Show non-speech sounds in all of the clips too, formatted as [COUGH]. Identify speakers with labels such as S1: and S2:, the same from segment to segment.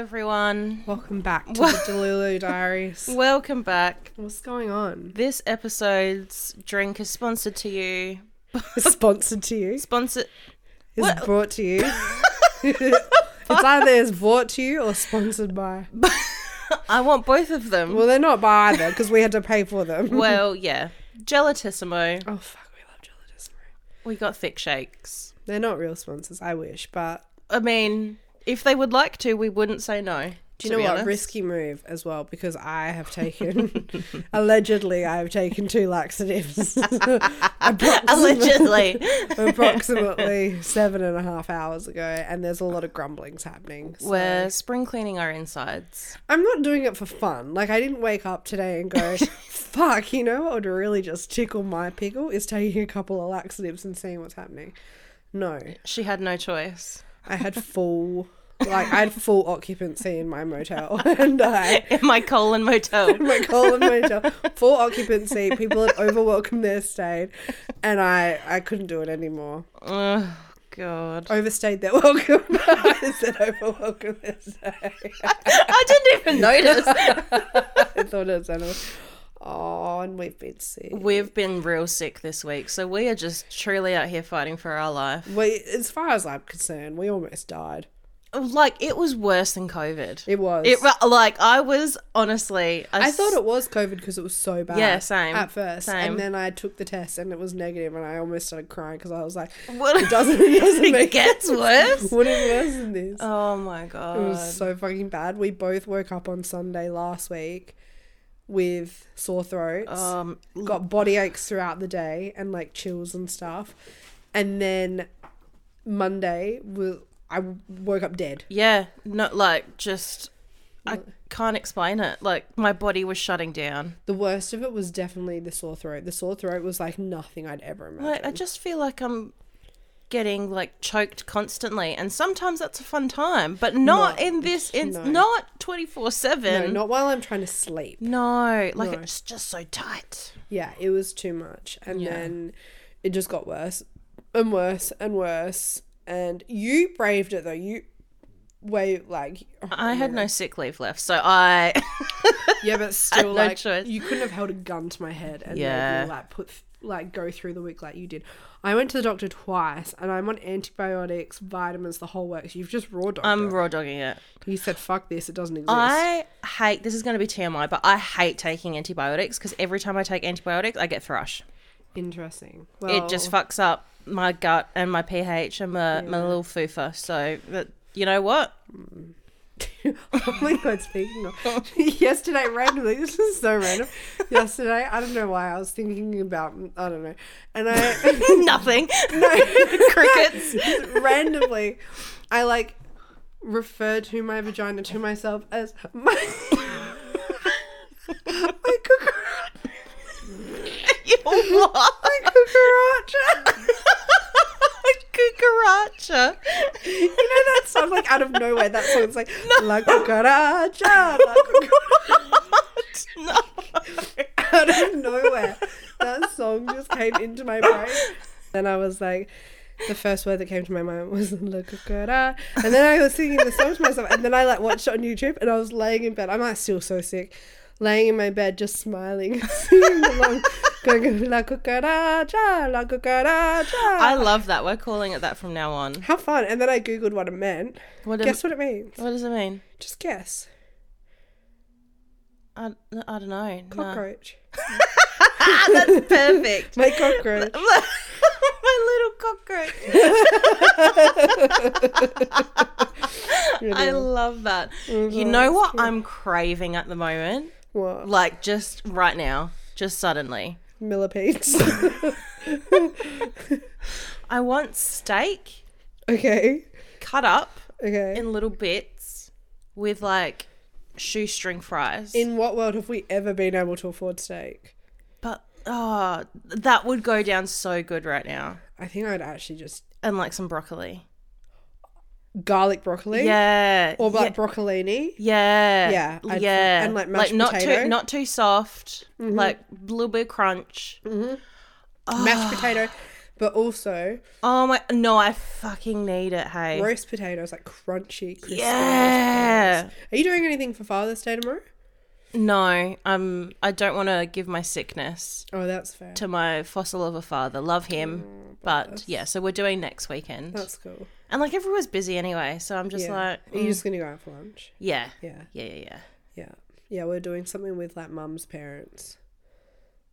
S1: everyone.
S2: Welcome back to the [LAUGHS] Delulu Diaries.
S1: Welcome back.
S2: What's going on?
S1: This episode's drink is sponsored to you.
S2: It's sponsored to you. It's
S1: Sponsored. What?
S2: brought to [LAUGHS] you. it's either is brought to you or sponsored by.
S1: [LAUGHS] I want both of them. Well,
S2: Well, they're not by either because we had to pay for them.
S1: yeah. Gelatissimo.
S2: oh fuck, we love Gelatismo.
S1: We got thick shakes.
S2: They're not real sponsors. I wish, but
S1: I mean, if they would like to, we wouldn't say no.
S2: do you know
S1: [LAUGHS]
S2: what? Risky move as well because I have taken [LAUGHS] allegedly I have taken two [LAUGHS] laxatives. Approximately- [LAUGHS]
S1: Allegedly.
S2: approximately seven and a half hours ago, and there's a lot of grumblings happening. So
S1: We're spring cleaning our insides.
S2: I'm not doing it for fun. Like, I didn't wake up today and go, fuck, you know what would really just tickle my pickle is taking a couple of laxatives and seeing what's happening. No,
S1: She had no choice. [LAUGHS]
S2: I had full. Like I had full occupancy in my motel, [LAUGHS] and I
S1: In my colon motel.
S2: [LAUGHS] my colon motel full occupancy. People had overwhelmed their stay, and I I couldn't do it anymore.
S1: oh, God.
S2: overstayed their [LAUGHS] welcome. I said over welcome their stay.
S1: I didn't [LAUGHS] even notice.
S2: [LAUGHS] I thought it sounded. Oh, and we've been sick.
S1: We've been real sick this week, so we are just truly out here fighting for our life.
S2: We, as far as I'm concerned, we almost died.
S1: Like it was worse than COVID.
S2: It was.
S1: It ra- like I was honestly. I,
S2: I thought it was COVID because it was so bad.
S1: Yeah, same,
S2: At first,
S1: same.
S2: and then I took the test and it was negative, and I almost started crying because I was like,
S1: [LAUGHS] What-
S2: [LAUGHS] "It doesn't, it
S1: [LAUGHS]
S2: doesn't
S1: it
S2: make
S1: gets worse.
S2: [LAUGHS] What is worse
S1: [LAUGHS]
S2: than this?"
S1: Oh my
S2: It
S1: god!
S2: was so fucking bad. We both woke up on Sunday last week with sore throats.
S1: Um,
S2: got body aches throughout the day and like chills and stuff. And then Monday, was, I woke up dead.
S1: yeah, not like just. I
S2: Mm.
S1: can't explain it. Like my body was shutting down.
S2: The worst of it was definitely the sore throat. The sore throat was like nothing I'd ever
S1: Like
S2: imagined.
S1: I just feel like I'm getting like choked constantly, and sometimes that's a fun time, but not
S2: [LAUGHS] No,
S1: in this. In
S2: no.
S1: not twenty four
S2: No,
S1: seven.
S2: not while I'm trying to sleep.
S1: No, like
S2: No.
S1: it's just so tight.
S2: Yeah, it was too much. And
S1: Yeah.
S2: then it just got worse and worse and worse. And you braved it though. You way like
S1: I had no sick leave left, so [LAUGHS] I [LAUGHS]
S2: Yeah, but still,
S1: no
S2: like
S1: choice.
S2: you couldn't have held a gun to my head and
S1: Yeah.
S2: made me, like put like go through the week like you did. I went to the doctor twice, and I'm on antibiotics, vitamins, the whole works. You've just raw dogged.
S1: I'm
S2: it.
S1: raw dogging it.
S2: You said fuck this, it doesn't exist.
S1: I hate this is going to be TMI, but I hate taking antibiotics because every time I take antibiotics, I get thrush.
S2: Interesting. Well,
S1: It
S2: [LAUGHS]
S1: just fucks up my gut and my pH and my, my little fufa. So that you know [LAUGHS] what?
S2: oh my god, speaking
S1: [LAUGHS]
S2: of [LAUGHS] yesterday, randomly, this is so random. Yesterday, I don't know why I was thinking about I don't know, and I
S1: [LAUGHS]
S2: [LAUGHS]
S1: Nothing. [LAUGHS] Crickets. [LAUGHS]
S2: randomly, I like refer to my vagina to myself as my. [LAUGHS] my cucaracha.
S1: You what? [LAUGHS]
S2: cucaracha.
S1: Cucaracha.
S2: You know that song, like out of nowhere, that song's like, La [LAUGHS] cucaracha. La cucaracha.
S1: no.
S2: out of nowhere. That song just came into my brain. Then I was like, the first word that came to my mind was La Cucara. And then I was singing the song to myself. And then I like watched it on YouTube and I was laying in bed. I'm like still so sick. Laying in my bed, just smiling, [LAUGHS] singing along, going La Cucaracha, La
S1: I
S2: Cucaracha.
S1: love that. We're calling it that from now on.
S2: How fun. And then I Googled what it meant.
S1: What,
S2: Guess what it means?
S1: what does it mean?
S2: Just guess.
S1: I, I don't know. No.
S2: Cockroach. [LAUGHS]
S1: That's perfect.
S2: My cockroach.
S1: [LAUGHS] My little cockroach. I love that.
S2: Oh,
S1: You know what I'm craving at the moment?
S2: [LAUGHS] What?
S1: Like just right now, just suddenly. [LAUGHS]
S2: Millipedes. [LAUGHS]
S1: I want steak
S2: okay.
S1: cut up
S2: Okay.
S1: in little bits with like shoestring fries.
S2: In what world have we ever been able to afford steak?
S1: but oh, that would go down so good right now.
S2: I think I'd actually just
S1: And like some broccoli.
S2: garlic broccoli.
S1: Yeah.
S2: Or like broccolini.
S1: Yeah.
S2: Yeah, I'd-
S1: yeah.
S2: and, like, mashed
S1: not
S2: potato. Mm-hmm.
S1: too not too
S2: Mm.
S1: soft. Like a little bit of crunch.
S2: Mashed potato. But also
S1: Oh my no, I fucking need it, hey.
S2: roast potatoes, like crunchy, crispy. roast
S1: Yeah.
S2: potatoes. Are you doing anything for Father's Day tomorrow?
S1: No, um I don't want to give my sickness
S2: Oh, that's fair.
S1: to my fossil of a father. Love him. but yeah, so we're doing next weekend.
S2: Mm, That's cool.
S1: And like everyone's busy anyway, so I'm just
S2: yeah.
S1: like mm.
S2: Are you just gonna go out for lunch?
S1: yeah.
S2: Yeah,
S1: Yeah, yeah, yeah.
S2: yeah, yeah. We're doing something with like mum's parents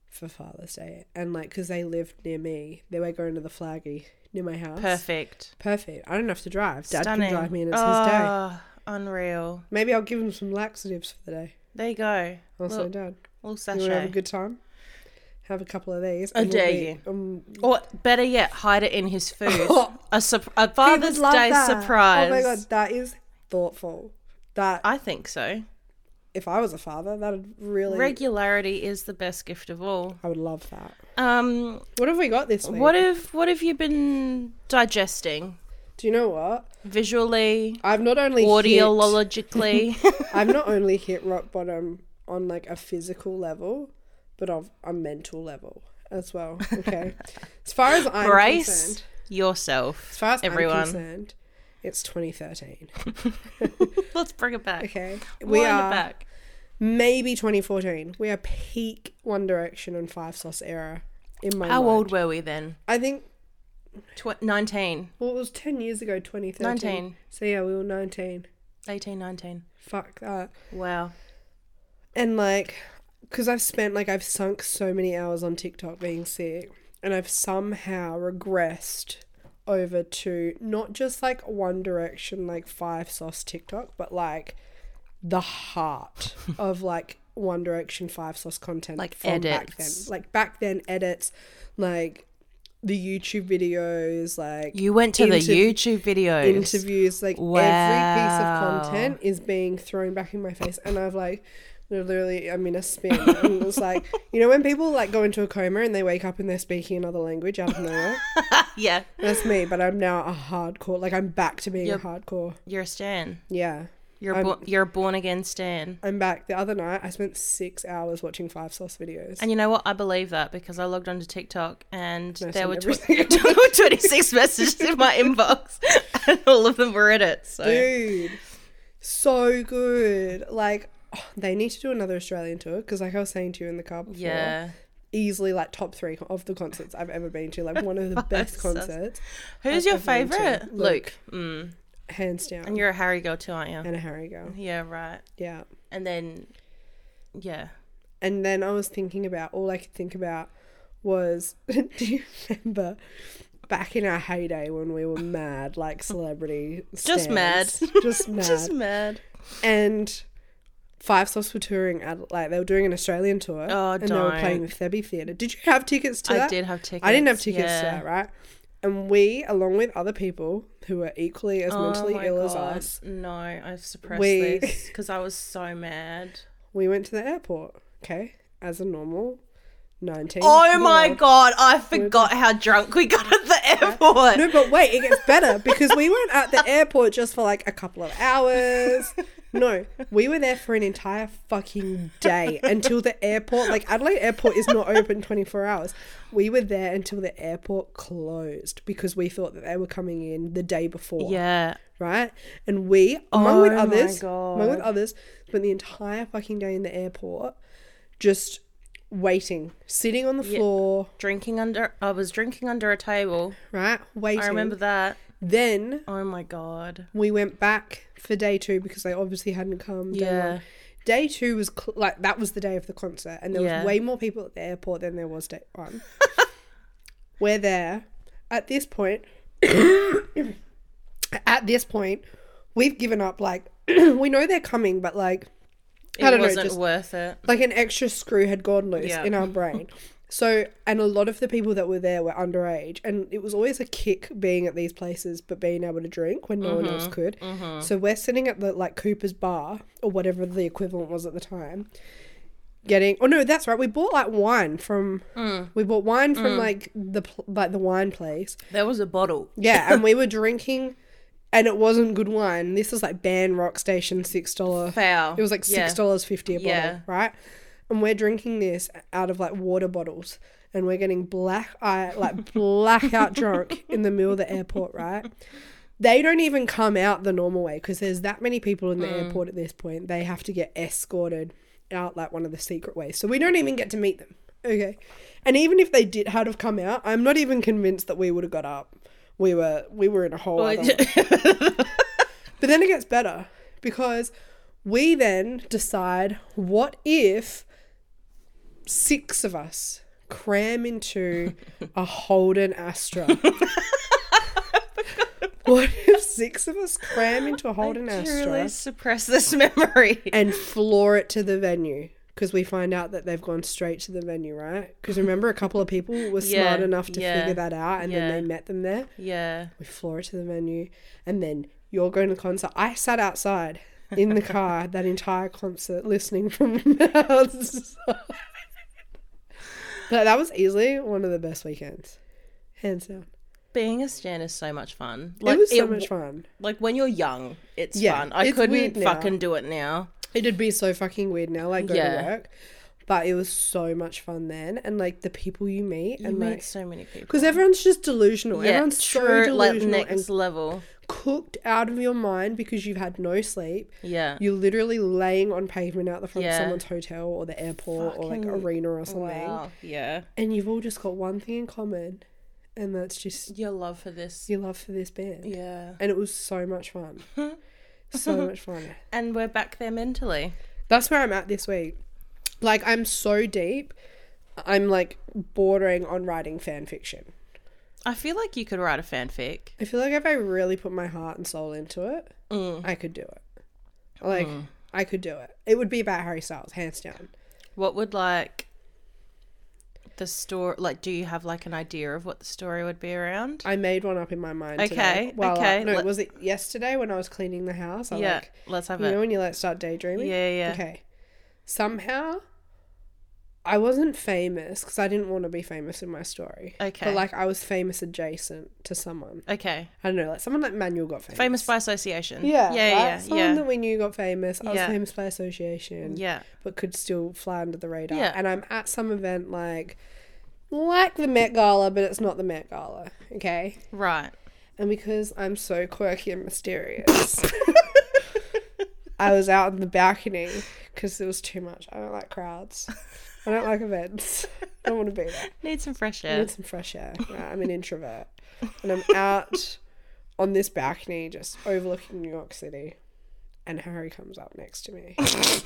S2: for Father's Day, and like because they lived near me, they were going to the Flaggy near my house.
S1: Perfect.
S2: Perfect. I don't have to drive. Dad
S1: Stunning.
S2: can drive me, and it's his day.
S1: oh, Unreal.
S2: Maybe I'll give him some laxatives for the day.
S1: There you go.
S2: I'll say,
S1: Look,
S2: Dad,
S1: Little
S2: you want to have a
S1: sachet.
S2: good time? Have a couple of these.
S1: I
S2: and
S1: dare
S2: be-
S1: you.
S2: Um,
S1: Or better yet, hide it in his
S2: [LAUGHS]
S1: food.
S2: Oh.
S1: a, sup- a
S2: he would
S1: Father's
S2: love
S1: Day
S2: that.
S1: surprise.
S2: Oh my god, that is thoughtful. That
S1: I think so.
S2: if I was a father, that'd really.
S1: Regularity is the best gift of all.
S2: I would love that.
S1: Um,
S2: What have we got this week?
S1: what have what have you been digesting
S2: Do you know what?
S1: visually,
S2: I've not only hit, [LAUGHS]
S1: audiologically?
S2: I've not only hit rock bottom on like a physical level, but of a mental level as well.
S1: [LAUGHS]
S2: Okay, as far as I'm
S1: Brace
S2: concerned, as
S1: yourself,
S2: far as I'm
S1: everyone.
S2: concerned, it's 2013.
S1: [LAUGHS] Let's bring it back.
S2: Okay,
S1: We
S2: we
S1: Wind are
S2: are
S1: it back.
S2: maybe 2014. We are peak One Direction and Five Sauce era. In my
S1: How
S2: mind.
S1: old were we then?
S2: I think
S1: Tw- 19,
S2: well, it was 10 years ago, 2013.
S1: 19.
S2: So yeah, we were 19.
S1: 18, 19.
S2: Fuck that.
S1: Wow.
S2: And like, because I've spent like I've sunk so many hours on TikTok being sick, and I've somehow regressed over to not just like One Direction, like five sauce TikTok, but like
S1: [LAUGHS]
S2: the heart of like One Direction five sauce content,
S1: Like
S2: back then,
S1: edits.
S2: like back then edits, like the YouTube videos, like
S1: You went to the
S2: interview-
S1: YouTube videos.
S2: interviews like every
S1: Wow.
S2: piece of content is being thrown back in my face and i've like literally i'm in a spin and
S1: [LAUGHS]
S2: it's like you know when people like go into a coma and they wake up and they're speaking another language out of nowhere
S1: [LAUGHS] yeah,
S2: that's me but i'm now a hardcore like i'm back to being
S1: Yep.
S2: a hardcore
S1: you're a Stan.
S2: yeah
S1: You're a
S2: I'm-
S1: bo- you're a born again Stan.
S2: i'm back the other night i spent six hours watching five sauce videos
S1: And you know what? I believe that because I logged onto TikTok and
S2: I've
S1: there
S2: seen
S1: were tw- [LAUGHS]
S2: everything.
S1: 26 [LAUGHS] messages in my inbox, [LAUGHS] and all of them were edits. So
S2: dude so good like they need to do another australian tour because like i was saying to you in the car before
S1: yeah,
S2: easily like top three of the concerts I've ever been to. Like one
S1: [LAUGHS]
S2: of the best
S1: Sus.
S2: concerts,
S1: who's
S2: I've
S1: your
S2: been to
S1: favorite? Luke.
S2: Luke.
S1: Mm.
S2: hands down.
S1: And you're a Harry girl too, aren't you?
S2: and a Harry girl.
S1: Yeah, right.
S2: Yeah.
S1: And then, yeah,
S2: And then I was thinking about all I could think about was [LAUGHS] do you remember back in our heyday when we were mad like celebrity
S1: Just mad.
S2: stans? [LAUGHS] just
S1: [LAUGHS]
S2: mad
S1: just mad.
S2: and Five Sauce were touring Ad- like they were doing an Australian tour
S1: Oh,
S2: and they were playing the Thebby Theatre. Did you have tickets to
S1: I
S2: that?
S1: did have tickets.
S2: I didn't have tickets
S1: yeah.
S2: to that, right? And we, along with other people who were equally as
S1: Oh
S2: mentally
S1: my
S2: ill as
S1: God.
S2: us,
S1: No, I've suppressed
S2: We- [LAUGHS]
S1: this because I was so mad.
S2: we went to the airport, okay? As a normal 19.
S1: Oh my
S2: year-old.
S1: god, I forgot how drunk we got at the airport.
S2: No, but wait, it gets better because we weren't at the airport just for like a couple of hours. No, we were there for an entire fucking day until the airport, like Adelaide Airport is not open 24 hours. We were there until the airport closed because we thought that they were coming in the day before.
S1: Yeah.
S2: right? And we, among with
S1: Oh my
S2: others, among with
S1: God.
S2: others, spent the entire fucking day in the airport, just waiting, sitting on the floor,
S1: Drinking under I was drinking under a table.
S2: right? Waiting.
S1: I remember that.
S2: Then
S1: Oh my god.
S2: we went back for day two because they obviously hadn't come. Day
S1: Yeah.
S2: one. Day two was cl- like that was the day of the concert, and there
S1: Yeah.
S2: was way more people at the airport than there was day
S1: [LAUGHS]
S2: one. We're there. At this point, [COUGHS] at this point, we've given up. Like [CLEARS THROAT] we know they're coming, but like
S1: It
S2: I don't know,
S1: wasn't
S2: just-
S1: worth it.
S2: like an extra screw had gone loose
S1: Yeah.
S2: in our brain. So, and a lot of the people that were there were underage, and it was always a kick being at these places but being able to drink when no one else could. So, we're sitting at the like Cooper's Bar or whatever the equivalent was at the time, getting oh no, that's right, we bought like wine from we bought wine from like the pl- like the wine place,
S1: There was a bottle.
S2: yeah, and we were drinking, and it wasn't good wine. This was like Ban Rock Station six dollar
S1: Foul.
S2: [LAUGHS] it was like
S1: Yeah.
S2: six dollars fifty a bottle,
S1: Yeah.
S2: right? And we're drinking this out of like water bottles. and we're getting black eye
S1: [LAUGHS]
S2: like blackout drunk in the middle of the airport, right? They don't even come out the normal way because there's that many people in the
S1: Mm.
S2: airport at this point. They have to get escorted out like one of the secret ways. So we don't even get to meet them. Okay. And even if they did had have come out, I'm not even convinced that we would have got up. We were we were in a whole other but then it gets better because we then decide what if six of us cram into
S1: [LAUGHS]
S2: a Holden Astra? what if six of us cram into a Holden
S1: Truly
S2: Astra
S1: suppress this memory.
S2: and floor it to the venue? Because we find out that they've gone straight to the venue, right? Because remember, a couple of people were
S1: Yeah,
S2: smart enough to
S1: yeah,
S2: figure that out and
S1: yeah.
S2: then they met them there
S1: yeah.
S2: we floor it to the venue, and then you're going to the concert. I sat outside in the
S1: [LAUGHS]
S2: car that entire concert listening from [LAUGHS] outside. but that was easily one of the best weekends, hands down.
S1: Being a stan is so much fun. Like
S2: it was so
S1: w-
S2: much fun.
S1: Like when you're young, it's
S2: Yeah,
S1: fun. I
S2: it's weird
S1: couldn't
S2: now.
S1: fucking do it now.
S2: It'd be so fucking weird now, like go
S1: Yeah.
S2: to work. But it was so much fun then, and like the people you meet,
S1: You
S2: and
S1: meet
S2: like
S1: so many people.
S2: because everyone's just delusional.
S1: yeah,
S2: everyone's so
S1: true,
S2: delusional
S1: like next
S2: and
S1: level.
S2: cooked out of your mind because you've had no sleep.
S1: Yeah.
S2: You're literally laying on pavement out the front
S1: Yeah.
S2: of someone's hotel or the airport or like
S1: Fucking-
S2: arena or something.
S1: wow. Yeah.
S2: And you've all just got one thing in common, and that's just
S1: Your love for this.
S2: your love for this band.
S1: Yeah.
S2: And it was so much
S1: [LAUGHS]
S2: fun. so much fun.
S1: And we're back there mentally.
S2: That's where I'm at this week. Like, I'm so deep, I'm like bordering on writing fan fiction.
S1: I feel like you could write a fanfic.
S2: I feel like if I really put my heart and soul into it,
S1: Mm.
S2: I could do it. Like, I could do it. It would be about Harry Styles, hands down.
S1: What would like the story like do you have like an idea of what the story would be around?
S2: I made one up in my mind.
S1: Okay,
S2: Today. Well,
S1: okay,
S2: Uh, no,
S1: let-
S2: was it yesterday when I was cleaning the house? I
S1: yeah.
S2: Like,
S1: let's have
S2: you know
S1: it.
S2: when you like start daydreaming.
S1: Yeah, yeah.
S2: Okay. Somehow, I wasn't famous because I didn't want to be famous in my story.
S1: Okay.
S2: But like I was famous adjacent to someone.
S1: Okay.
S2: I don't know, like someone like Manuel got famous.
S1: Famous by association.
S2: Yeah. right?
S1: Yeah,
S2: Someone
S1: yeah, yeah.
S2: that we knew got famous. I was
S1: Yeah.
S2: famous by association.
S1: Yeah.
S2: But could still fly under the radar.
S1: Yeah.
S2: And I'm at some event like, like the Met Gala, but it's not the Met Gala. Okay.
S1: Right.
S2: And because I'm so quirky
S1: [LAUGHS]
S2: and mysterious, I was out in the balcony because it was too much. I don't like crowds. I don't like events. I don't want to be there.
S1: [LAUGHS] Need some fresh
S2: I
S1: air. [LAUGHS]
S2: need some fresh air. right? I'm an introvert. And I'm out on this balcony just overlooking New York City. And Harry comes up next to me. [LAUGHS]
S1: [LAUGHS]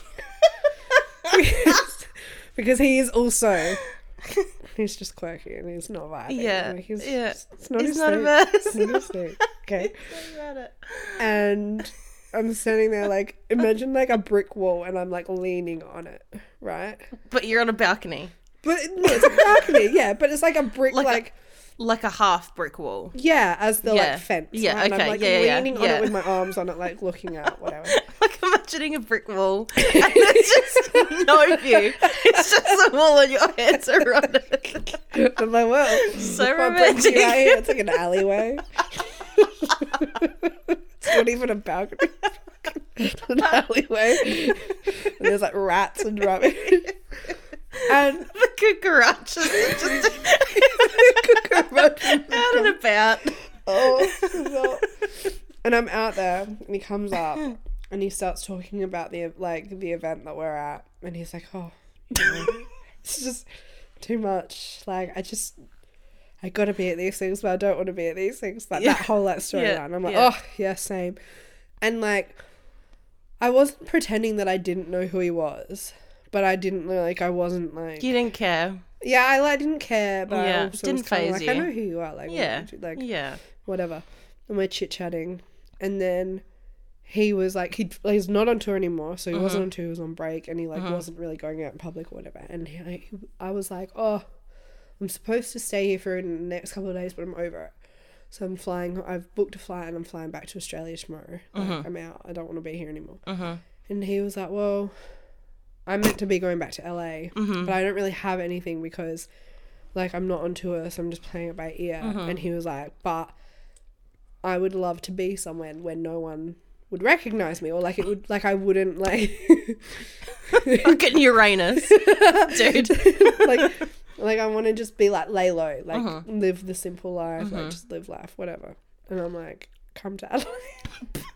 S2: Because- because he is also. He's just quirky and he's not vibing.
S1: Yeah,
S2: Like, he's,
S1: yeah.
S2: It's not
S1: It's
S2: his
S1: not
S2: thing.
S1: about
S2: It's not his thing. Okay and I'm standing there like imagine like a brick wall and I'm like leaning on it, right?
S1: But you're on a balcony.
S2: But it- no, it's a balcony, yeah, but it's like a brick
S1: Like
S2: like,
S1: a- Like a half brick wall.
S2: yeah, as the
S1: Yeah.
S2: like fence.
S1: Yeah,
S2: right? And
S1: okay,
S2: I'm like
S1: yeah, yeah, yeah,
S2: leaning on
S1: yeah.
S2: it with my arms on it, like looking out, whatever.
S1: Like imagining a brick wall. [LAUGHS] And it's just no view. It's just a wall and your hands are on it.
S2: [LAUGHS] I'm like, well
S1: So
S2: what brings you
S1: romantic.
S2: out here? It's like
S1: [LAUGHS]
S2: an alleyway. it's not even a balcony. [LAUGHS] It's an alleyway. And there's like rats and rubbish. And
S1: the cucarachas are
S2: [LAUGHS]
S1: just [LAUGHS]
S2: cucarachas.
S1: out and about.
S2: oh, no. [LAUGHS] and I'm out there, and he comes
S1: [LAUGHS]
S2: up, and he starts talking about the like the event that we're at, and he's like, "Oh, you know, it's just too much. Like, I just, I gotta be at these things, but I don't want to be at these things. Like
S1: Yeah.
S2: that whole like storyline.
S1: Yeah,
S2: I'm like,
S1: yeah.
S2: oh, yeah, same. And like, I wasn't pretending that I didn't know who he was, but I didn't like I wasn't like
S1: You didn't care.
S2: yeah, I like didn't care, but
S1: Yeah,
S2: I also
S1: didn't
S2: was kinda
S1: faze
S2: like, I
S1: you.
S2: know who you are. Like, what
S1: Yeah.
S2: would you- like
S1: Yeah.
S2: whatever. And we're chit chatting. And then he was like, he'd, like, he's not on tour anymore. So he wasn't on tour, he was on break. And he like wasn't really going out in public or whatever. And he, like, he- I was like, oh, I'm supposed to stay here for the next couple of days, but I'm over it. So I'm flying, I've booked a flight and I'm flying back to Australia tomorrow. Like, I'm out. I don't want to be here anymore. And he was like, well, I meant to be going back to LA, but I don't really have anything because like I'm not on tour, so I'm just playing it by ear. And he was like, but I would love to be somewhere where no one would recognize me, or like it would, like I wouldn't like, [LAUGHS]
S1: Fucking Uranus. Dude.
S2: like Like I want to just be like lay low, like live the simple life, like just live life, whatever. And I'm like, come to Adelaide. [LAUGHS]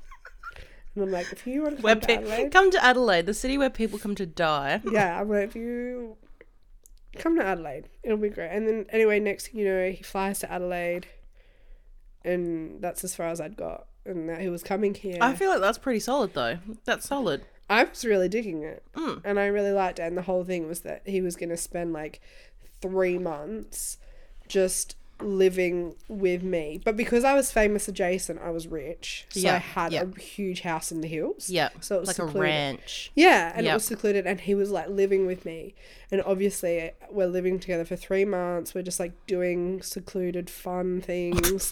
S2: and I'm like, if you want to
S1: Where
S2: come to
S1: pe-
S2: Adelaide,
S1: come to Adelaide, the city where people come to die.
S2: yeah, I'm like, if you come to Adelaide, it'll be great. And then anyway, next thing you know, he flies to Adelaide, and that's as far as I'd got. And that he was coming here.
S1: I feel like that's pretty solid though. That's solid.
S2: I was really digging it,
S1: Mm.
S2: and I really liked it. And the whole thing was that he was going to spend like three months just living with me. But because I was famous adjacent, I was rich, so
S1: Yeah,
S2: I had
S1: yeah.
S2: a huge house in the hills.
S1: Yeah.
S2: so it was
S1: like
S2: secluded.
S1: a ranch.
S2: Yeah, and
S1: Yeah.
S2: it was secluded, and he was like living with me. And obviously, we're living together for three months. We're just like doing secluded, fun things,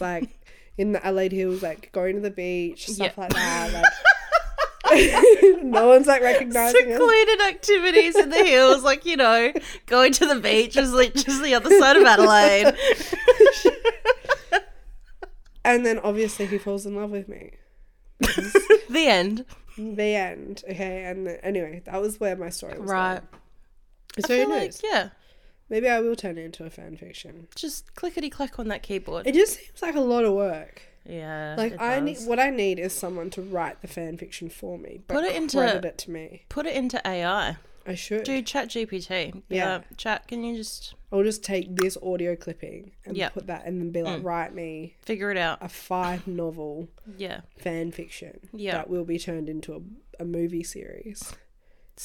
S1: [LAUGHS]
S2: like in the Adelaide Hills, like going to the beach, stuff
S1: Yeah.
S2: like that. Like,
S1: [LAUGHS]
S2: [LAUGHS] no one's like recognizing us.
S1: Secluded activities in the hills, like you know, going to the beach is like just the other side of
S2: [LAUGHS]
S1: Adelaide.
S2: And then obviously, he falls in love with me.
S1: the end.
S2: The end. Okay, and then- anyway, that was where my story was.
S1: Right.
S2: going. So
S1: I
S2: who
S1: feel like,
S2: knows?
S1: yeah.
S2: Maybe I will turn it into a fan fiction.
S1: Just clickety click on that keyboard.
S2: It just seems like a lot of work.
S1: yeah.
S2: Like
S1: it
S2: I need
S1: does.
S2: what I need is someone to write the fan fiction for me, but
S1: Put it into-
S2: credit it to me.
S1: put it into AI.
S2: I should.
S1: Do chat GPT.
S2: Yeah.
S1: Yeah. Chat, can you just
S2: I'll just take this audio clipping and
S1: Yeah.
S2: put that, and then be like,
S1: Mm.
S2: write me
S1: figure it out?
S2: a five novel
S1: Yeah.
S2: fan fiction
S1: Yeah.
S2: that will be turned into a, a movie series,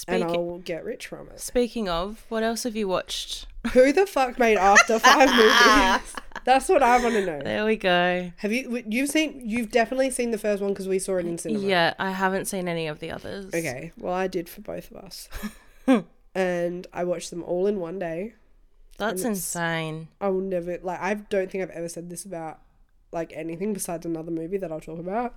S2: and I
S1: Speaking
S2: will get rich from it.
S1: speaking of, what else have you watched?
S2: Who the fuck made After Five
S1: [LAUGHS]
S2: movies? That's what I want to know.
S1: There we go.
S2: Have you? w- You've seen? You've definitely seen the first one because we saw it in cinema.
S1: Yeah, I haven't seen any of the others.
S2: Okay, well, I did for both of
S1: [LAUGHS]
S2: us. and I watched them all in one day.
S1: That's insane.
S2: I will never, like, I don't think I've ever said this about, like, anything besides another movie that I'll talk about.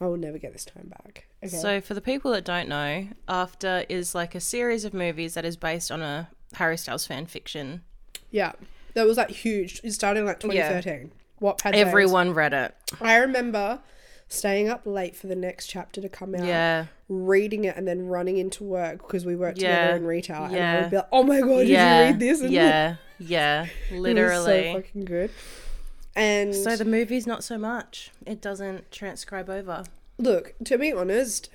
S2: I will never get this time back. Okay.
S1: So, for the people that don't know, After is like a series of movies that is based on a Harry Styles fan fiction.
S2: yeah. That was, like, huge. It started in, like, 2013. What Wattpad days.
S1: Everyone read it.
S2: I remember staying up late for the next chapter to come out.
S1: Yeah.
S2: Reading it and then running into work because we worked
S1: Yeah.
S2: together in retail. And I
S1: Yeah.
S2: would be like, oh my God, did
S1: yeah.
S2: you read [LAUGHS] this? And
S1: yeah. Yeah.
S2: It was
S1: Literally.
S2: so fucking good. And
S1: So the movie's not so much. It doesn't transcribe over.
S2: look, to be honest,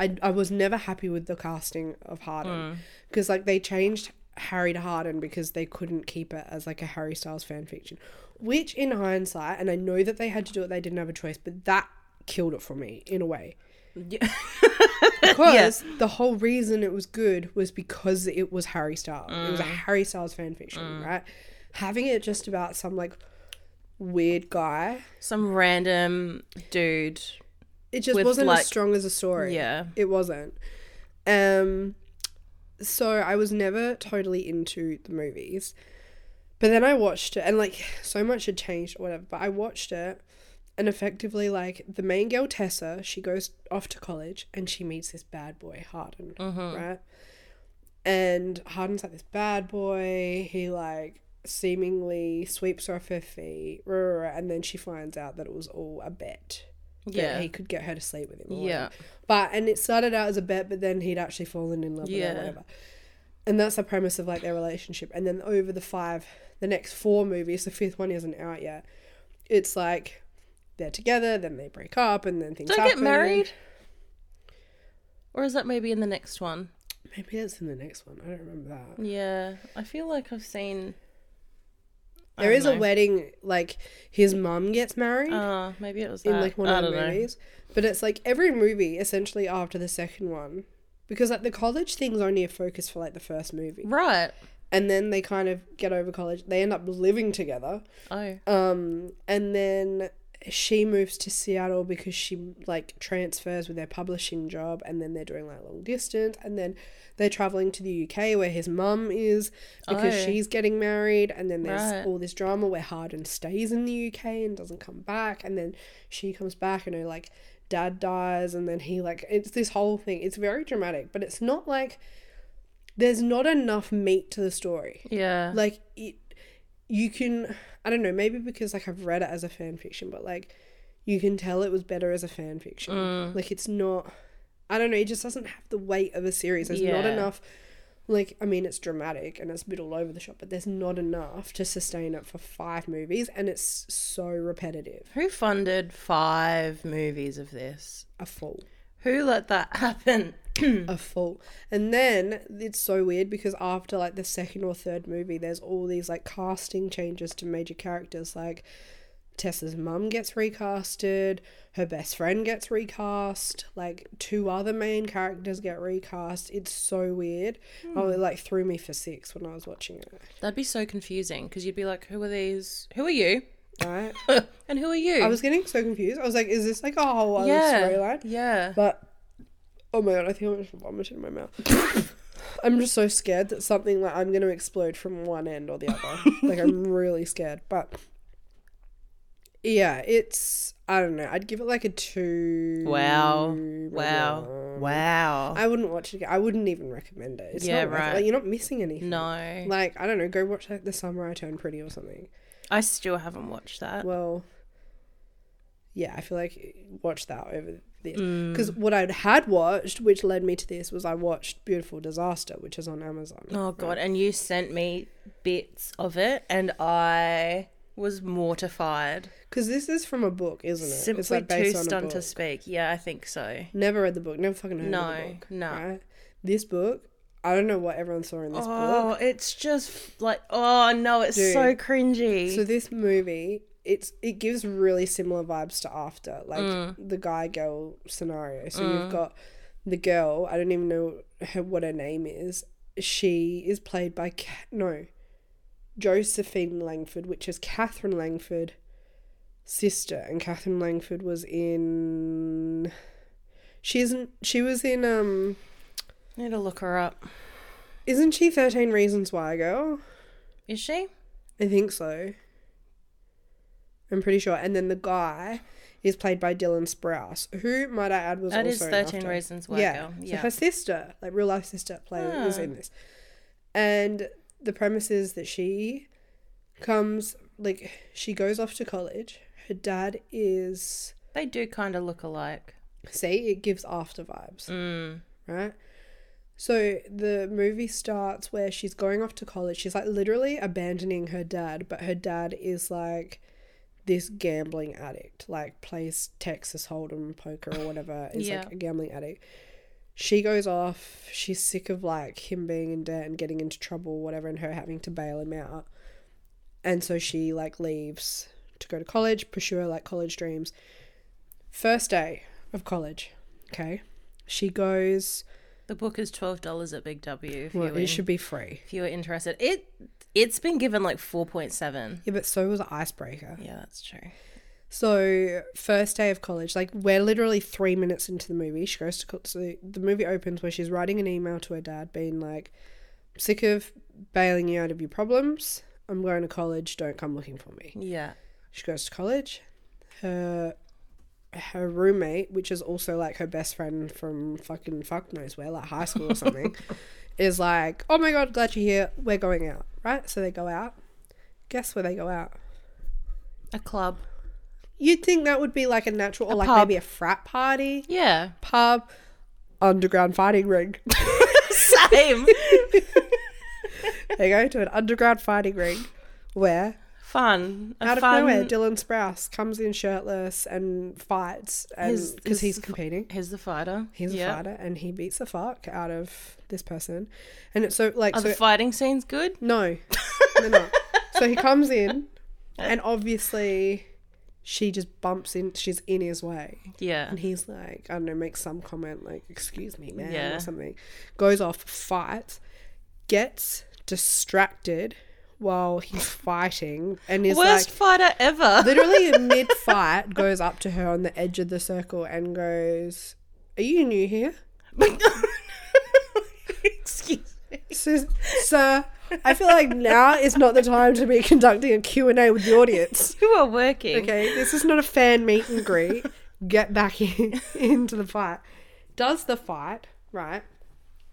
S2: I, I was never happy with the casting of
S1: Mm.
S2: Harden because like they changed Harry to Harden because they couldn't keep it as like a Harry Styles fan fiction, which in hindsight, and I know that they had to do it, they didn't have a choice, but that killed it for me in a way.
S1: Yeah.
S2: [LAUGHS] because the whole reason it was good was because it was Harry Styles. It was a
S1: Mm.
S2: Harry Styles fan fiction, right? Having it just about some like weird guy,
S1: Some random dude.
S2: it just
S1: With,
S2: wasn't
S1: like-
S2: as strong as a story.
S1: Yeah.
S2: It wasn't. Um so I was never totally into the movies. But then I watched it and like so much had changed or whatever, but I watched it and effectively like the main girl Tessa, she goes off to college and she meets this bad boy, Harden,
S1: Mm-hmm.
S2: right? And Harden's like this bad boy. He like seemingly sweeps her off her feet, rah, rah, rah, and then she finds out that it was all a bet yeah.
S1: Yeah.
S2: he could get her to sleep with him. or
S1: Yeah.
S2: whatever. But and it started out as a bet, but then he'd actually fallen in love with
S1: Yeah.
S2: her, whatever. And that's the premise of like their relationship. And then over the five, the next four movies, the fifth one isn't out yet. It's like they're together, then they break up, and then things
S1: Don't
S2: happen.
S1: get married. Or is that maybe in the next one?
S2: Maybe that's in the next one. I don't remember that.
S1: Yeah. I feel like I've seen. I
S2: There
S1: don't
S2: is a
S1: know.
S2: wedding. Like his mum gets married.
S1: Uh, maybe it was that.
S2: in like one
S1: I
S2: of the
S1: don't know.
S2: movies. But it's like every movie essentially after the second one. Because like the college thing's only a focus for like the first movie.
S1: Right.
S2: And then they kind of get over college. They end up living together.
S1: Oh.
S2: Um and then she moves to Seattle because she like transfers with their publishing job and then they're doing like long distance and then they're traveling to the UK where his mum is because
S1: Oh.
S2: she's getting married and then there's
S1: Right.
S2: all this drama where Harden stays in the UK and doesn't come back and then she comes back and her like dad dies and then he like it's this whole thing it's very dramatic but it's not like there's not enough meat to the story
S1: Yeah.
S2: like it you can i don't know maybe because like i've read it as a fan fiction but like you can tell it was better as a fan fiction like it's not i don't know it just doesn't have the weight of a series there's not
S1: Yeah.
S2: enough like I mean it's dramatic and it's a bit all over the shop, but there's not enough to sustain it for five movies, and it's so repetitive.
S1: Who funded five movies of this?
S2: A fool.
S1: Who let that [LAUGHS] happen?
S2: a full. And then it's so weird because after like the second or third movie, there's all these like casting changes to major characters. Like Tessa's mum gets recasted, her best friend gets recast, like two other main characters get recast. It's so weird. Oh, it like threw me for six when I was watching it.
S1: That'd be so confusing because you'd be like, who are these? Who are you? [LAUGHS]
S2: Right?
S1: and who are you?
S2: I was getting so confused. I was like, is this like a whole other
S1: yeah.
S2: storyline?
S1: Yeah.
S2: But oh my god, I think I'm just vomiting in my mouth. [LAUGHS] I'm just so scared that something like I'm gonna explode from one end or
S1: [LAUGHS]
S2: the other. like I'm really scared. But yeah, it's I don't know. I'd give it like a two.
S1: Wow.
S2: maybe
S1: Wow.
S2: a-
S1: Wow.
S2: I wouldn't watch it again. I wouldn't even recommend it. It's
S1: Yeah,
S2: not worth it.
S1: right.
S2: Like you're not missing anything.
S1: no.
S2: Like I don't know. Go watch like The Summer I Turned Pretty or something.
S1: I still haven't watched that.
S2: Well, yeah, I feel like watch that over this
S1: Mm.
S2: because what I'd had watched, which led me to this, was I watched Beautiful Disaster, which is on Amazon.
S1: Oh god, and you sent me bits of it and I was mortified.
S2: Because this is from a book, isn't it? it's
S1: Simply
S2: like
S1: too
S2: based on a
S1: stunned
S2: book.
S1: to speak. Yeah, I think so.
S2: Never read the book. Never fucking heard of the
S1: No,
S2: book.
S1: no.
S2: right? This book, I don't know what everyone saw in this book.
S1: Oh, it's just like oh no, it's so
S2: Dude.
S1: cringy.
S2: So this movie, it's it gives really similar vibes to After, like the guy girl scenario. So you've got the girl. I don't even know her, what her name is. She is played by Ca- no Josephine Langford, which is Catherine Langford sister, and Catherine Langford was in. She isn't. She was in. Um.
S1: Need to look her up.
S2: Isn't she Thirteen Reasons Why girl?
S1: Is she?
S2: I think so. I'm pretty sure. And then the guy is played by Dylan Sprouse, who might I add was
S1: That is
S2: also in
S1: 13
S2: After.
S1: Reasons Why
S2: yeah.
S1: Girl.
S2: So
S1: Yeah.
S2: her sister, like real life sister, play was
S1: Ah.
S2: in this. And the premise is that she comes like she goes off to college. Her dad is
S1: They do kind of look alike.
S2: say it gives after vibes. Right? So the movie starts where she's going off to college. She's like literally abandoning her dad, but her dad is like this gambling addict, like plays Texas Hold'em poker or whatever. Is
S1: Yeah.
S2: like a gambling addict. She goes off. She's sick of like him being in debt and getting into trouble, whatever, and her having to bail him out. And so she like leaves to go to college, pursue her like college dreams. First day of college, okay. She goes.
S1: The book is twelve dollars at Big W. If, you
S2: Well,
S1: were in-
S2: it should be free.
S1: if you were interested, it it's been given like four point seven.
S2: Yeah, but so was Icebreaker.
S1: Yeah, that's true.
S2: So first day of college, like we're literally three minutes into the movie. She goes to co- so the movie opens where she's writing an email to her dad, being like, "Sick of bailing you out of your problems. I'm going to college. Don't come looking for me."
S1: Yeah.
S2: She goes to college. Her her roommate, which is also like her best friend from fucking fuck knows where, like high school
S1: [LAUGHS]
S2: or something, is like, "Oh my god, glad you're here. We're going out." Right? So they go out. Guess where they go out?
S1: A club.
S2: You'd think that would be like a natural, or like
S1: pub.
S2: maybe a frat party, [LAUGHS]
S1: Yeah.
S2: pub, underground fighting ring. [LAUGHS]
S1: Same.
S2: they go to an underground fighting ring where,
S1: fun. A
S2: out
S1: fun.
S2: of nowhere, Dylan Sprouse comes in shirtless and fights
S1: His-
S2: because
S1: his-
S2: he's competing.
S1: Here's the fighter.
S2: He's a
S1: Yeah.
S2: fighter and he beats the fuck out of this person. And it's so, like,
S1: Are
S2: so
S1: the fighting scenes good? [LAUGHS]
S2: No, they're not. So he comes in, and obviously, she just bumps in. She's in his way,
S1: Yeah.
S2: and he's like, I don't know, makes some comment like, "Excuse me, man,"
S1: Yeah.
S2: or something. Goes off, fights, gets distracted while he's fighting, and is
S1: Worst
S2: like.
S1: fighter ever. [LAUGHS]
S2: Literally in mid fight, goes up to her on the edge of the circle and goes, Are you new here?
S1: [LAUGHS] Excuse me.
S2: Sir, [LAUGHS] sir, I feel like now is not the time to be conducting a Q&A with the audience.
S1: You are working.
S2: Okay, this is not a fan meet and greet. Get back [LAUGHS] in, into the fight. Does the fight, right?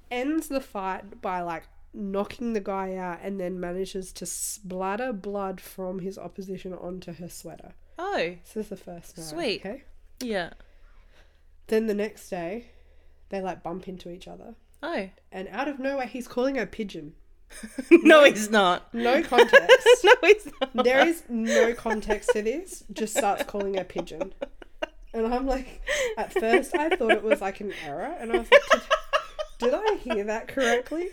S2: Ends the fight by like knocking the guy out and then manages to splatter blood from his opposition onto her sweater.
S1: Oh,
S2: So this is the first night.
S1: Sweet.
S2: Okay.
S1: yeah.
S2: Then the next day, they like bump into each other.
S1: Oh.
S2: and out of nowhere he's calling her pigeon.
S1: [LAUGHS] No, he's not.
S2: No context.
S1: [LAUGHS] No, he's not.
S2: there is no context to this. Just starts calling her pigeon. And I'm like, at first I thought it was like an error, and I was like, did, did I hear that correctly?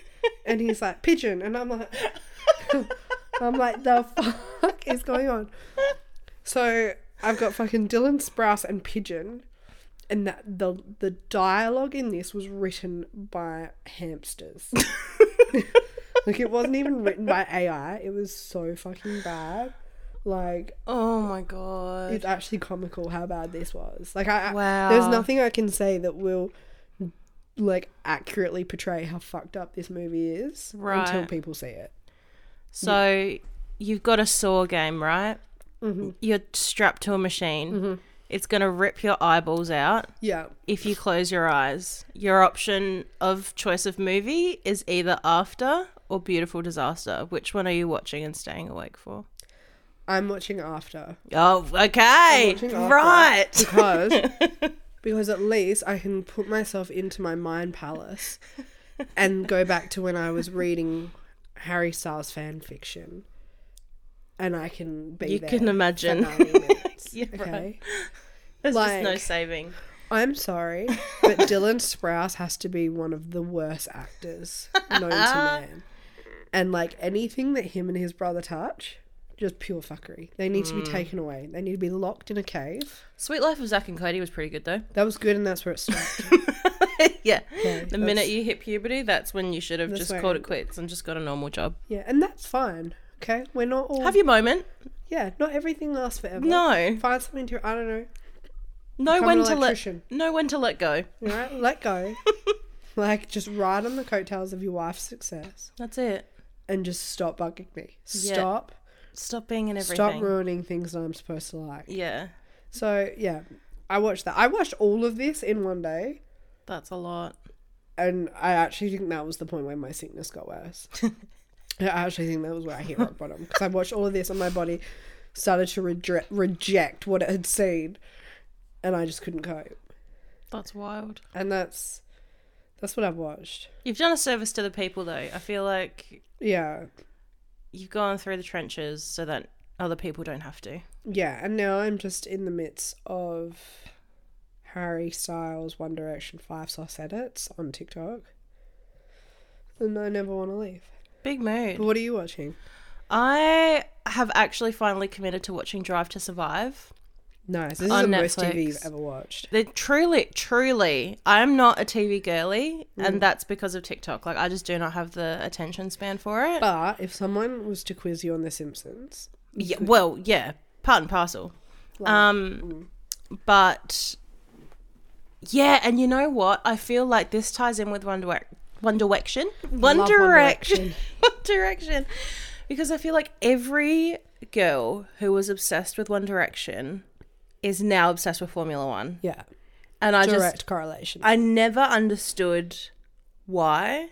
S2: And he's like, pigeon, [LAUGHS] and I'm like, I'm like, the fuck is going on? So I've got fucking Dylan Sprouse and pigeon, and that the the dialogue in this was written by hamsters. Like it wasn't even written by AI. It was so fucking bad. Like
S1: [LAUGHS] Oh my god.
S2: it's actually comical how bad this was. Like I, I-
S1: Wow.
S2: there's nothing I can say that will like accurately portray how fucked up this movie is until
S1: Right.
S2: people see it.
S1: So you've got a saw game, right?
S2: Mm-hmm.
S1: You're strapped to a machine. It's going to rip your eyeballs out
S2: Yeah.
S1: if you close your eyes. Your option of choice of movie is either After or Beautiful Disaster. Which one are you watching and staying awake for?
S2: I'm watching after
S1: Oh, okay.
S2: watching After. [LAUGHS]
S1: Right. [LAUGHS]
S2: because because at least I can put myself into my mind palace and go back to when I was reading Harry Styles fan fiction. And I can be
S1: You
S2: there
S1: can
S2: for
S1: imagine.
S2: 90 minutes,
S1: Yeah, right.
S2: okay.
S1: [LAUGHS] There's just no
S2: like-
S1: saving.
S2: I'm sorry, but Dylan Sprouse has to be one of the worst actors known to man. And like anything that him and his brother touch, just pure fuckery. They need to
S1: Mm.
S2: be taken away. They need to be locked in a cave.
S1: Sweet Life of Zack and Cody was pretty good though.
S2: That was good, and that's where it started.
S1: [LAUGHS] yeah.
S2: Okay,
S1: the minute you hit puberty, that's when you should have
S2: That's
S1: just
S2: where I
S1: called it
S2: ended.
S1: quits and just got a normal job.
S2: yeah, and that's fine. Okay, we're not all.
S1: Have your moment.
S2: yeah, not everything lasts forever.
S1: No.
S2: Find something to. I don't know.
S1: Know
S2: Become
S1: when
S2: an
S1: to let
S2: electrician.
S1: know when to let go. [LAUGHS]
S2: All right, let go. [LAUGHS] like just ride on the coattails of your wife's success,
S1: That's it.
S2: and just stop bugging me.
S1: Yeah.
S2: Stop.
S1: Stop being in everything.
S2: Stop ruining things that I'm supposed to like.
S1: yeah.
S2: So yeah, I watched that. I watched all of this in one day,
S1: That's a lot.
S2: and I actually think that was the point where my sickness got
S1: [LAUGHS]
S2: worse. I actually think that was where I hit rock bottom because I watched all of this and my body started to redre- reject what it had seen, and I just couldn't cope.
S1: That's wild.
S2: And that's that's what I've watched.
S1: You've done a service to the people though. I feel like
S2: Yeah,
S1: you've gone through the trenches so that other people don't have to.
S2: yeah. And now I'm just in the midst of Harry Styles One Direction five sauce edits on TikTok, and I never want to leave.
S1: Big mood.
S2: But what are you watching?
S1: I have actually finally committed to watching Drive to Survive.
S2: Nice. This is
S1: On
S2: the most TV
S1: Netflix.
S2: you've ever watched.
S1: They truly, truly, I'm not a TV girly,
S2: Mm.
S1: and that's because of TikTok. Like, I just do not have the attention span for it.
S2: But if someone was to quiz you on The Simpsons,
S1: yeah, well, yeah, part and parcel. Um,
S2: mm.
S1: but yeah, and you know what? I feel like this ties in with One, Direc- One Direction. One
S2: Love
S1: [LAUGHS]
S2: One
S1: Direction. One Direction. Because I feel like every girl who was obsessed with One Direction is now obsessed with Formula One.
S2: yeah,
S1: And I just
S2: direct correlation.
S1: I never understood why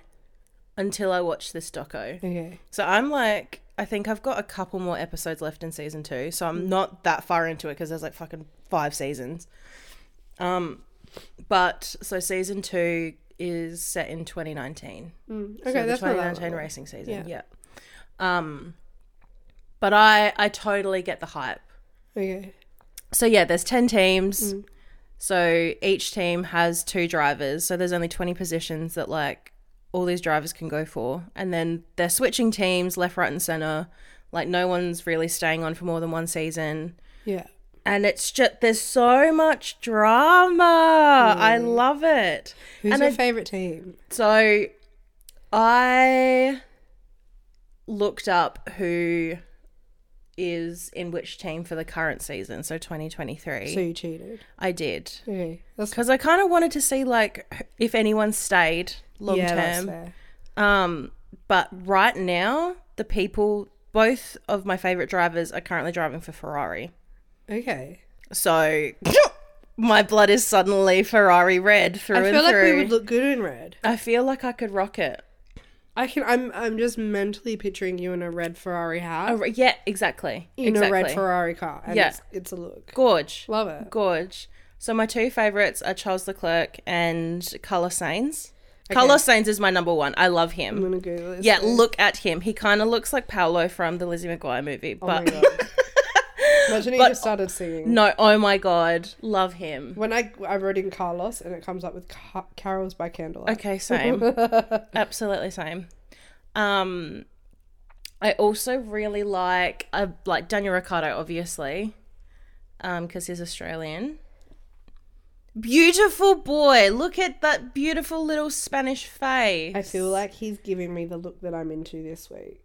S1: until I watched this doco.
S2: okay.
S1: So I'm like, I think I've got a couple more episodes left in season two, so
S2: Mm.
S1: I'm not that far into it because there's like fucking five seasons. Um, but so season two is set in 2019. so
S2: Okay, that's
S1: the
S2: not that
S1: 2019
S2: long.
S1: racing season. Yeah. Um, but I I totally get the hype.
S2: Okay.
S1: So yeah, there's 10 teams.
S2: Mm.
S1: So each team has two drivers. So there's only 20 positions that like all these drivers can go for. And then they're switching teams left, right and center. Like no one's really staying on for more than one season.
S2: Yeah.
S1: And it's just there's so much drama. I love it.
S2: Mm. Who's
S1: And
S2: your
S1: I-
S2: favorite team?
S1: So I looked up who is in which team for the current season, so 2023.
S2: So you cheated.
S1: I did
S2: Okay. That's
S1: because I kind of wanted to see like h- if anyone stayed long
S2: yeah, that's
S1: term.
S2: fair.
S1: Um, but right now, the people, both of my favorite drivers, are currently driving for Ferrari.
S2: Okay.
S1: So [LAUGHS] my blood is suddenly Ferrari red through
S2: I
S1: and
S2: feel like
S1: through.
S2: we would look good in red.
S1: I feel like I could rock it.
S2: I can. I'm. I'm just mentally picturing you in a red Ferrari hat,
S1: A re- yeah, exactly.
S2: in
S1: Oh, exactly.
S2: a red Ferrari car. And
S1: Yeah.
S2: It's, it's a look.
S1: Gorge.
S2: Love it.
S1: Gorge. So my two favorites are Charles Leclerc and Carlos Sainz. Carlos Sainz is my number one. I love
S2: I'm
S1: him.
S2: gonna Google this. Oh
S1: Yeah,
S2: now.
S1: look at him. He kind of looks like Paolo from the Lizzie McGuire movie,
S2: Oh my
S1: but
S2: god. Imagine he
S1: But-
S2: just started singing.
S1: no, oh my god, love him.
S2: When I I wrote in Carlos and it comes up with Ca- carols by candlelight.
S1: Okay,
S2: [LAUGHS]
S1: same. Absolutely same. Um I also really like I like Daniel Ricardo, obviously. Um, because he's Australian. Beautiful boy. Look at that beautiful little Spanish face.
S2: I feel like he's giving me the look that I'm into this week.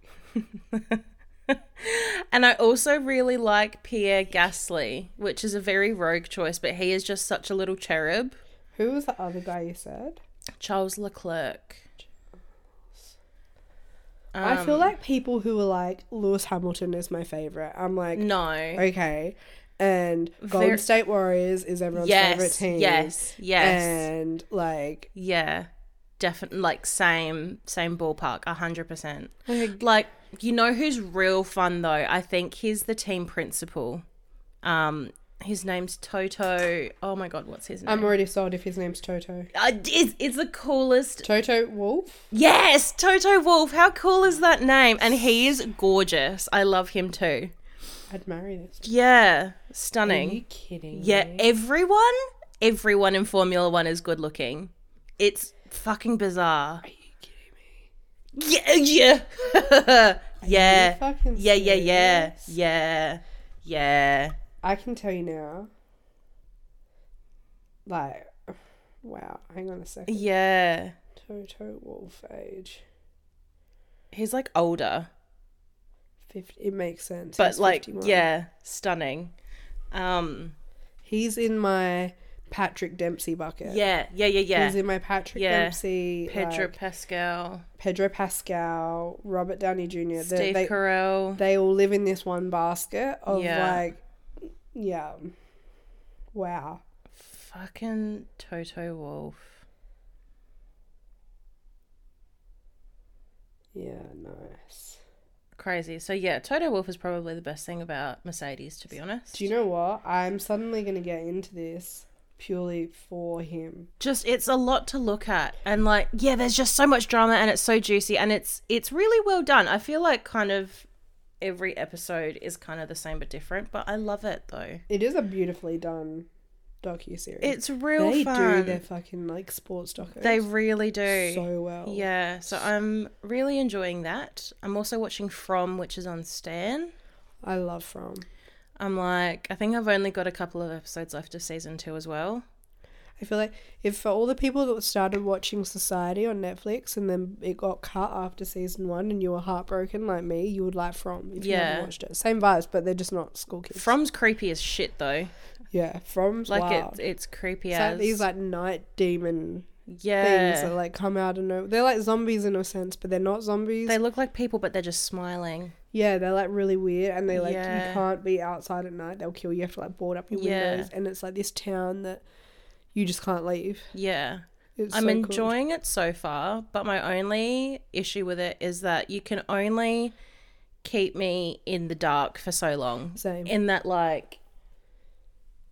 S1: And I also really like Pierre Gasly, which is a very rogue choice, but he is just such a little cherub.
S2: Who was the other guy you said?
S1: Charles Leclerc.
S2: I
S1: Um,
S2: feel like people who were like Lewis Hamilton is my favorite. I'm like
S1: No.
S2: okay, and Golden
S1: Mm. Ver-
S2: State Warriors is everyone's favorite
S1: Yes.
S2: team.
S1: Yes. Yes.
S2: and like
S1: Yeah. Definitely like same same ballpark, a hundred percent.
S2: Like-
S1: Like you know who's real fun though? I think he's the team principal. Um his name's Toto. Oh my god, what's his name?
S2: I'm already sold if his name's Toto.
S1: Uh, it's, it's the coolest.
S2: Toto Wolf.
S1: Yes, Toto Wolf. How cool is that name? And he is gorgeous. I love him too.
S2: I'd marry this.
S1: Yeah,
S2: Are
S1: stunning.
S2: you kidding?
S1: Yeah,
S2: me?
S1: everyone, everyone in Formula One is good looking. It's fucking bizarre.
S2: Are you kidding me?
S1: Yeah, [LAUGHS] yeah, yeah,
S2: fucking
S1: yeah, yeah, yeah,
S2: serious?
S1: yeah, yeah.
S2: I can tell you now. Like, wow. Hang on a second.
S1: Yeah,
S2: Toto Wolf age.
S1: he's like older,
S2: 50, it makes sense.
S1: but
S2: He's
S1: like
S2: 51.
S1: yeah, stunning. Um,
S2: He's in my Patrick Dempsey bucket.
S1: yeah, yeah, yeah, yeah.
S2: He's in my Patrick
S1: Yeah.
S2: Dempsey,
S1: Pedro
S2: like,
S1: Pascal,
S2: Pedro Pascal, Robert Downey Jr. They,
S1: Steve
S2: they,
S1: Carell.
S2: they all live in this one basket of
S1: Yeah.
S2: like, yeah. Wow.
S1: Fucking Toto Wolf.
S2: Yeah, nice.
S1: Crazy. So yeah, Toto Wolf is probably the best thing about Mercedes, to be honest.
S2: Do you know what? I'm suddenly going to get into this purely for him.
S1: Just it's a lot to look at, and like yeah, there's just so much drama, and it's so juicy, and it's it's really well done. I feel like kind of every episode is kind of the same but different, but I love it though.
S2: It is a beautifully done docu series.
S1: It's real
S2: they
S1: fun.
S2: do their fucking like sports docos.
S1: they really do.
S2: so well.
S1: yeah, so I'm really enjoying that. I'm also watching From, which is on Stan.
S2: I love From.
S1: I'm like, I think I've only got a couple of episodes left of season two as well.
S2: I feel like if for all the people that started watching Society on Netflix and then it got cut after season one and you were heartbroken like me, you would like From if you
S1: Yeah.
S2: haven't watched it. Same vibes, but they're just not school kids.
S1: From's creepy as shit though.
S2: yeah, From's
S1: Like
S2: wild.
S1: it's it's creepy
S2: It's
S1: as
S2: like these like night demon
S1: yeah.
S2: things that like come out of nowhere. They're like zombies in a sense, but they're not zombies.
S1: They look like people, but they're just smiling.
S2: yeah, they're like really weird, and they like
S1: Yeah.
S2: you can't be outside at night. They'll kill you. You have to like board up your
S1: Yeah.
S2: windows, and it's like this town that you just can't leave.
S1: Yeah.
S2: It's
S1: I'm
S2: so cool.
S1: enjoying it so far, but my only issue with it is that you can only keep me in the dark for so long.
S2: Same.
S1: In that, like,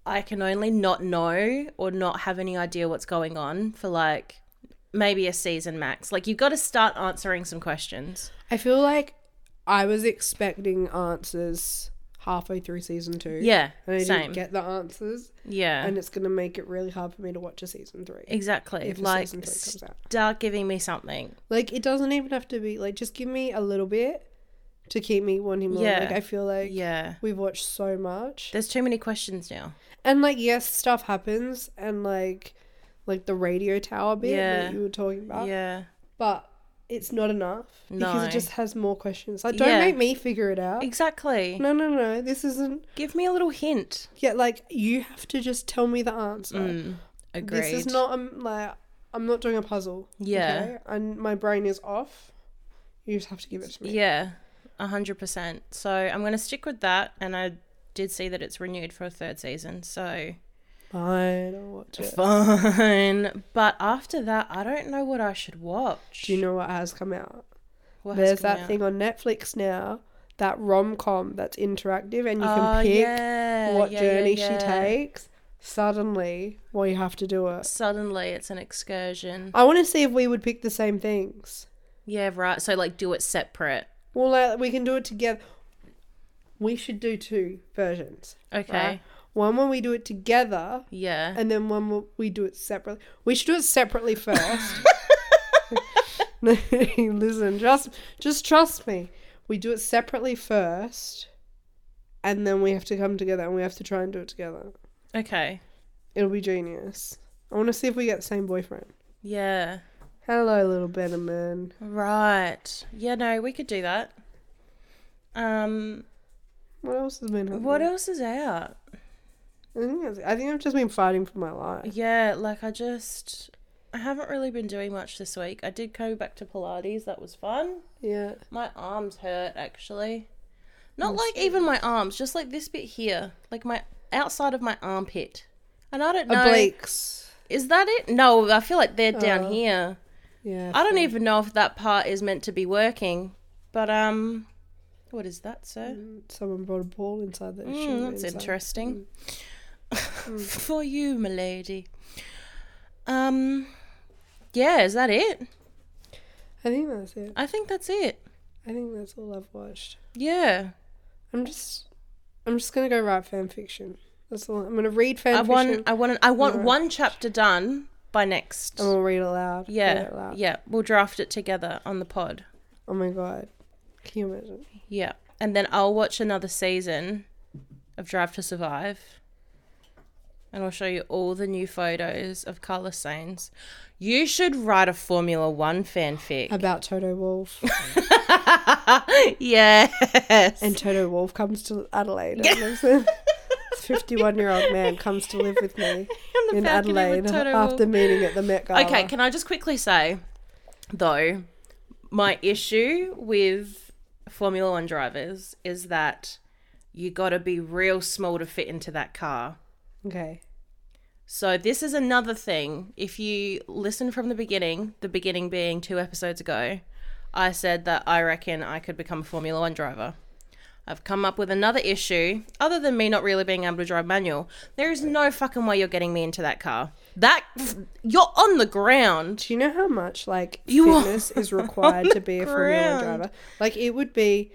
S1: I can only not know or not have any idea what's going on for like maybe a season max. Like, you've got to start answering some questions.
S2: I feel like I was expecting answers halfway through season two.
S1: Yeah.
S2: and I
S1: same.
S2: didn't get the answers,
S1: yeah.
S2: and it's gonna make it really hard for me to watch a season three.
S1: exactly.
S2: if a
S1: Like,
S2: season three comes out.
S1: start giving me something.
S2: Like it doesn't even have to be like just give me a little bit to keep me wanting more.
S1: Yeah.
S2: Like I feel like
S1: Yeah.
S2: we've watched so much.
S1: There's too many questions now.
S2: And like yes, stuff happens and like like the radio tower bit
S1: Yeah.
S2: that you were talking about.
S1: yeah.
S2: But it's not enough because
S1: No.
S2: it just has more questions. Like don't
S1: Yeah.
S2: make me figure it out.
S1: Exactly.
S2: No, no, no. This isn't
S1: Give me a little hint.
S2: yeah, like you have to just tell me the answer.
S1: Mm, Agreed.
S2: This is not um, like I'm not doing a puzzle.
S1: Yeah.
S2: okay? And my brain is off. You just have to give it to me.
S1: Yeah, a hundred percent. So I'm gonna stick with that, and I did see that it's renewed for a third season. So
S2: Fine, I'll watch it.
S1: fine. [LAUGHS] But after that, I don't know what I should watch.
S2: Do you know what has come out?
S1: What has
S2: There's
S1: come
S2: that
S1: out?
S2: thing on Netflix now, that rom com that's interactive and you
S1: Oh,
S2: can pick
S1: yeah,
S2: what
S1: yeah, yeah,
S2: journey
S1: yeah.
S2: she takes. suddenly we have to do it.
S1: Suddenly it's an excursion.
S2: I want to see if we would pick the same things.
S1: Yeah, right. So like do it separate.
S2: Well, like, we can do it together. We should do two versions.
S1: Okay.
S2: right? One when we do it together,
S1: Yeah.
S2: [LAUGHS] and then one when we do it separately. We should do
S1: [LAUGHS]
S2: it separately first. [LAUGHS] Listen, just just trust me. We do it separately first, and then we have to come together and we have to try and do it together.
S1: okay.
S2: It'll be genius. I want to see if we get the same boyfriend.
S1: Yeah.
S2: Hello, little better man.
S1: Right. Yeah, no, we could do that. Um
S2: What else has been happening?
S1: what else is out?
S2: I think, it's- I think I've just been fighting for my life.
S1: Yeah, like I just I haven't really been doing much this week. I did go back to Pilates, that was fun.
S2: Yeah.
S1: My arms hurt actually. Not like even my arms, just like this bit here, like my outside of my armpit. And I don't know
S2: Obliques.
S1: is that it? No, I feel like they're down here.
S2: Yeah.
S1: I don't even know if that part is meant to be working. But um what is that, sir?
S2: Someone brought a ball inside that.
S1: Mm,
S2: Mm,
S1: that's interesting. [LAUGHS] For you, milady. Um, yeah, is that it?
S2: I think that's it.
S1: I think that's it.
S2: I think that's all I've watched.
S1: Yeah,
S2: I'm just, I'm just gonna go write fan fiction. That's all. I'm gonna read fan
S1: I
S2: fiction.
S1: want, I want, I want one chapter done by next.
S2: and we'll read it aloud. Read
S1: yeah,
S2: it aloud.
S1: yeah, we'll draft it together on the pod.
S2: Oh my god. Can you imagine?
S1: Yeah, and then I'll watch another season of Drive to Survive, and I'll show you all the new photos of Carlos Sainz. You should write a Formula One fanfic.
S2: About Toto
S1: [LAUGHS]
S2: Wolf.
S1: yes.
S2: and Toto Wolf comes to Adelaide. and lives with- This 51 year old man comes to live
S1: [LAUGHS]
S2: with me
S1: the
S2: in
S1: balcony with
S2: Adelaide
S1: Toto
S2: after meeting at the Met Gala.
S1: okay, can I just quickly say, though, my issue with Formula One drivers is that you got to be real small to fit into that car.
S2: Okay.
S1: So this is another thing. If you listen from the beginning, the beginning being two episodes ago, I said that I reckon I could become a Formula One driver. I've come up with another issue. Other than me not really being able to drive manual, there is no fucking way you're getting me into that car. That you're on the ground.
S2: Do you know how much like
S1: You are
S2: fitness
S1: [LAUGHS]
S2: is required to be a Formula One
S1: ground.
S2: driver? Like it would be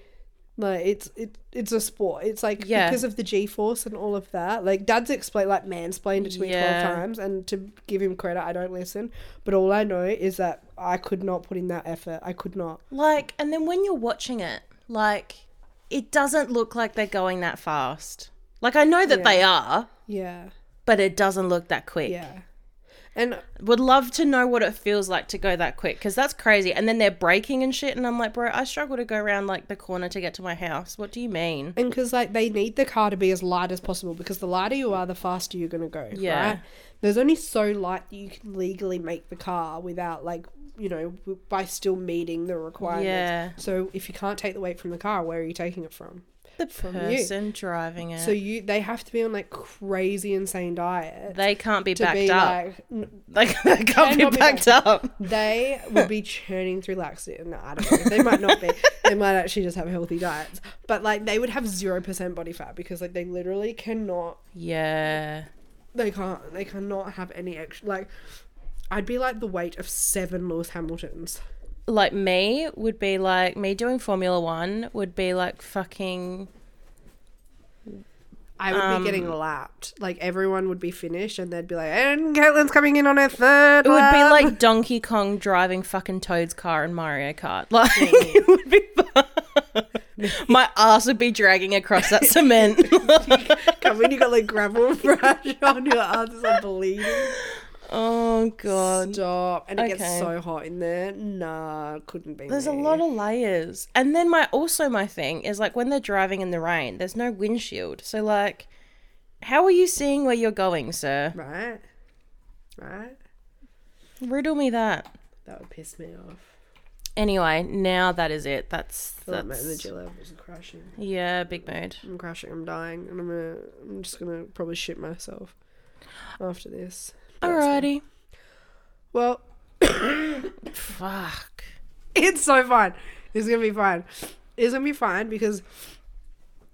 S2: like it's it, it's a sport. It's like
S1: Yeah.
S2: because of the G force and all of that. Like Dad's explained like mansplained it to me
S1: Yeah.
S2: twelve times and to give him credit I don't listen. But all I know is that I could not put in that effort. I could not.
S1: Like, and then when you're watching it, like, it doesn't look like they're going that fast. Like, I know that they are,
S2: Yeah.
S1: but it doesn't look that quick.
S2: Yeah. And
S1: Would love to know what it feels like to go that quick because that's crazy. And then they're braking and shit. And I'm like, bro, I struggle to go around like the corner to get to my house. What do you mean?
S2: and because like they need the car to be as light as possible because the lighter you are the faster you're going to go
S1: Yeah.
S2: right? there's only so light that you can legally make the car without like you know w- by still meeting the requirements
S1: Yeah.
S2: so if you can't take the weight from the car where are you taking it from
S1: The
S2: From you.
S1: person driving it.
S2: so you they have to be on like crazy insane diet
S1: they can't be
S2: to
S1: backed
S2: be
S1: up.
S2: like n-
S1: Like, [LAUGHS] they can't
S2: not
S1: be
S2: be
S1: backed up.
S2: they would be churning through laxative. No, I don't know. They might not be. They might actually just have healthy diets. But like they would have zero percent body fat because like they literally cannot
S1: Yeah.
S2: they can't they cannot have any extra like i'd be like the weight of seven lewis hamiltons
S1: Like, me would be like, me doing Formula One would be like fucking.
S2: i would be getting
S1: Um,
S2: lapped like everyone would be finished and they'd be like and caitlin's coming in on her third
S1: It would be
S2: lap." [LAUGHS]
S1: like Donkey Kong driving fucking Toad's car in Mario Kart. [LAUGHS] Like it would be fun. My ass would be dragging across
S2: [LAUGHS]
S1: that cement.
S2: come in you got like gravel [LAUGHS] brush on your arms it's like bleeding
S1: oh god.
S2: stop and it gets
S1: Okay.
S2: so hot in there nah couldn't be
S1: There's a lot of layers. And then my also my thing is like when they're driving in the rain, there's no windshield. So like how are you seeing where you're going, sir?
S2: right right
S1: Riddle me that.
S2: that would piss me off
S1: Anyway, now that is it. That's
S2: like my
S1: that's
S2: energy levels are crashing
S1: yeah, big mood.
S2: I'm crashing. I'm dying, and I'm gonna, I'm just gonna probably shit myself after this. But it's fine.
S1: Alrighty.
S2: Well, [LAUGHS]
S1: Fuck.
S2: it's so fine. It's gonna be fine. It's gonna be fine because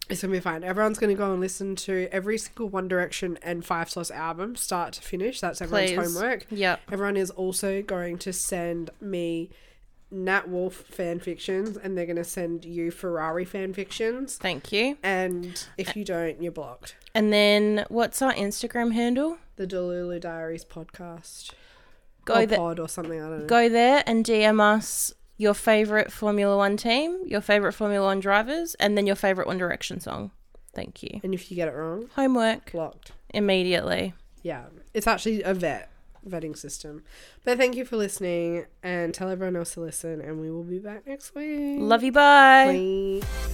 S2: It's gonna be fine. Everyone's gonna go and listen to every single One Direction and Five Sauce album, start to finish. That's everyone's
S1: Please.
S2: homework.
S1: Yep.
S2: Everyone is also going to send me Nat Wolf fan fictions, and they're gonna send you Ferrari fan fictions.
S1: Thank you.
S2: And if you don't, you're blocked.
S1: And then what's our Instagram handle?
S2: The Delulu Diaries podcast,
S1: Go
S2: or
S1: there.
S2: pod, or something. I don't know.
S1: Go there and DM us your favorite Formula One team, your favorite Formula One drivers, and then your favorite One Direction song. Thank you.
S2: and if you get it wrong,
S1: Homework
S2: blocked.
S1: immediately.
S2: Yeah, it's actually a vet vetting system. But thank you for listening, and tell everyone else to listen, and we will be back next week.
S1: Love you. Bye.
S2: Bye.